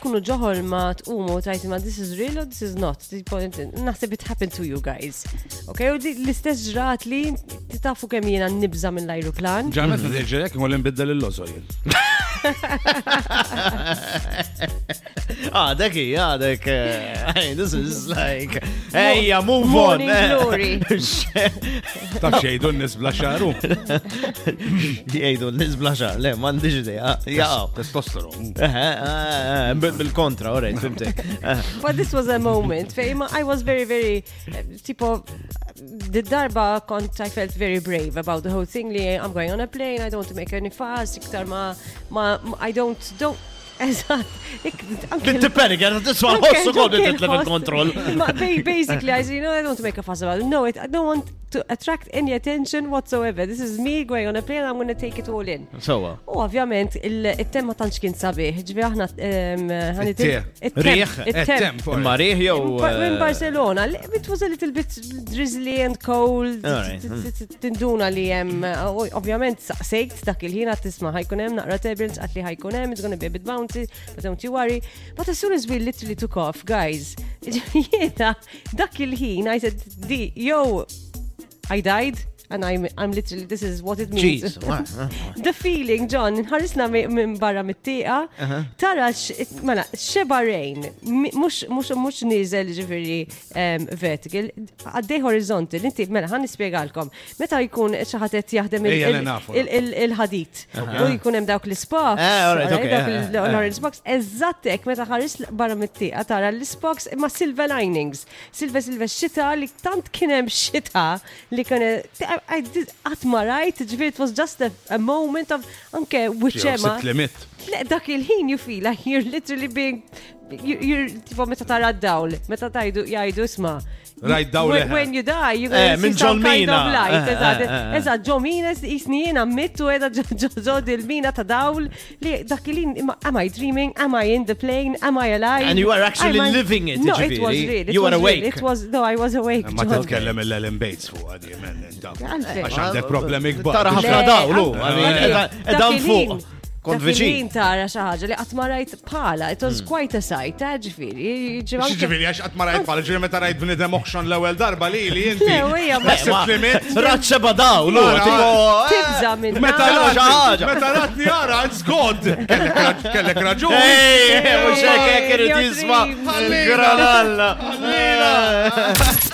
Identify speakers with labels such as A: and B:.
A: tkunu ġoħol ma tqumu tajti ma this is real or this is not. Tipo, Naħseb it happened to you guys. Ok, u di- l-istess ġrat li titafu kemm jiena nibża mill-ajruplan.
B: Ġamet ma t-ġerek, għolli nbiddel il-lozo jien.
C: Ah, dak hi, ah, dak. eh, Hey, this is like. Hey, yeah, move on. Eh,
A: Morning glory.
B: Taf xejdu n-nis bla xaru.
C: Jgħidu l-nisblaxa, le, mandiġ idea. Jgħaw.
B: Testosteron.
C: eh, Bil-kontra, orajt, fimtek. Eh,
A: But this was a moment fej ma I was very very eh, tipo the darba kont I felt very brave about the whole thing li I'm going on a plane I don't want to make any fuss iktar ma ma ma- I don't don't Eżatt, ik- anke
C: Inti perik, għan t-tiswa
A: Okay,
C: l-ħossu kod
A: okay,
C: titla
A: host.
C: kontroll
A: Ma- ba- Basically, I say, no, I don't want to make a fuss about it. No, it, I don't want to attract any attention whatsoever. This is me going on a plane, I'm going to take it all in.
C: Sowa.
A: U ovvjament, il- it-tem ma tantx kien sabiħ, ġvi aħna ehm, em, ħanit-
B: It-te.
A: it-tem,
C: Rieħ,
B: إيه، eh,
A: it-tem.
C: Marih
A: In
C: jew.
A: Bar- in
C: eh,
A: Barcelona, li- it was a little bit drizzly and cold.
C: All right,
A: t- t- t- Tinduna li eh, jem, ovvjament, saqsejt dak il-ħina tisma ħajkunem, naqra tables, għatli ħajkunem, it's gonna be a bit bouncy, but don't you worry. But as soon as we literally took off, guys, jena, dak il-ħin, I said, di, yo, I died, and I'm, I'm literally, this is what it means.
C: Jeez, wa- eh,
A: The feeling, John, nħarisna mi- minn barra mit-tieqa, tara x- mela, xeba rain, mi- mux mux- mux nizel ġifiri em, vertical, għaddej horizontal, inti, mela, ħan nispiegalkom, meta jkun xaħatet jaħdem il-
B: Ejja li
A: il-
B: nafu.
A: il- il- il-ħadit, u jkun hemm dawk l-spox,
C: Eh, all right,
A: all right,
C: okay,
A: dawk
C: eh,
A: il-
C: eh, eh.
A: l-orange box, eżattek, meta ħaris barra mit-tieqa, tara l-spox ma silver linings, silver silver xita li tant kien hemm xita li kien għatma rajt, ġifiri, it was just a, a moment of anke wiċċema.
B: Sitt limit.
A: Le, dak il-ħin you feel like you're literally being you- you're tipo meta tara d-dawl, meta tajdu jajdu isma.
B: Rajt dawl
A: When,
B: eħe.
A: when you die, you
C: Eh,
A: gonna see
C: minn
A: some kind
C: Ġolmina.
A: of light.
C: Eh,
A: Eżad,
C: eh, eh, eh.
A: eżad, ġolmina jisni jena mittu edha ġod il-mina ta' dawl li dak il-ħin, imma, am I dreaming? Am I in the plane? Am I alive?
C: And you are actually
A: Am I-
C: living it,
A: No, it was
C: ġifiri.
A: real. It
C: You
A: was
C: are
A: real.
C: awake.
A: It was, no, I was awake.
B: Ma
A: John.
B: t-tkellem il-Ellen Bates fuq għadi, men.
A: Għalfejn.
B: Għax għandek problemi kbar.
C: Tara
A: Le,
C: ħafna daw, lu.
A: għal-
B: għal-
C: Edan fuq. Kont viċin.
A: Dak il-ħin tara xaħġa li għatmarajt pala, it was quite a sight, ta' ġifiri.
B: Ġivili, għax għatma rajt pala, ġivili meta rajt bnidem oħxon l-ewel darba li li jinti.
A: Le, wejja, ma-
B: Sitt limit.
C: Raċċa badaw, lu.
B: Mara,
C: tipo, eh,
A: Tibza minn
B: Meta
A: nar.
C: xi
B: rajt,
C: ħaġa.
B: meta rajt njara, it's god. Kellek raġ- Kellek raġun.
C: Ej,
A: Eh,
C: mux
A: eh,
C: ekk ekk
A: your
C: irrid jisma.
A: dream.
B: Ħallina.
C: Granalla.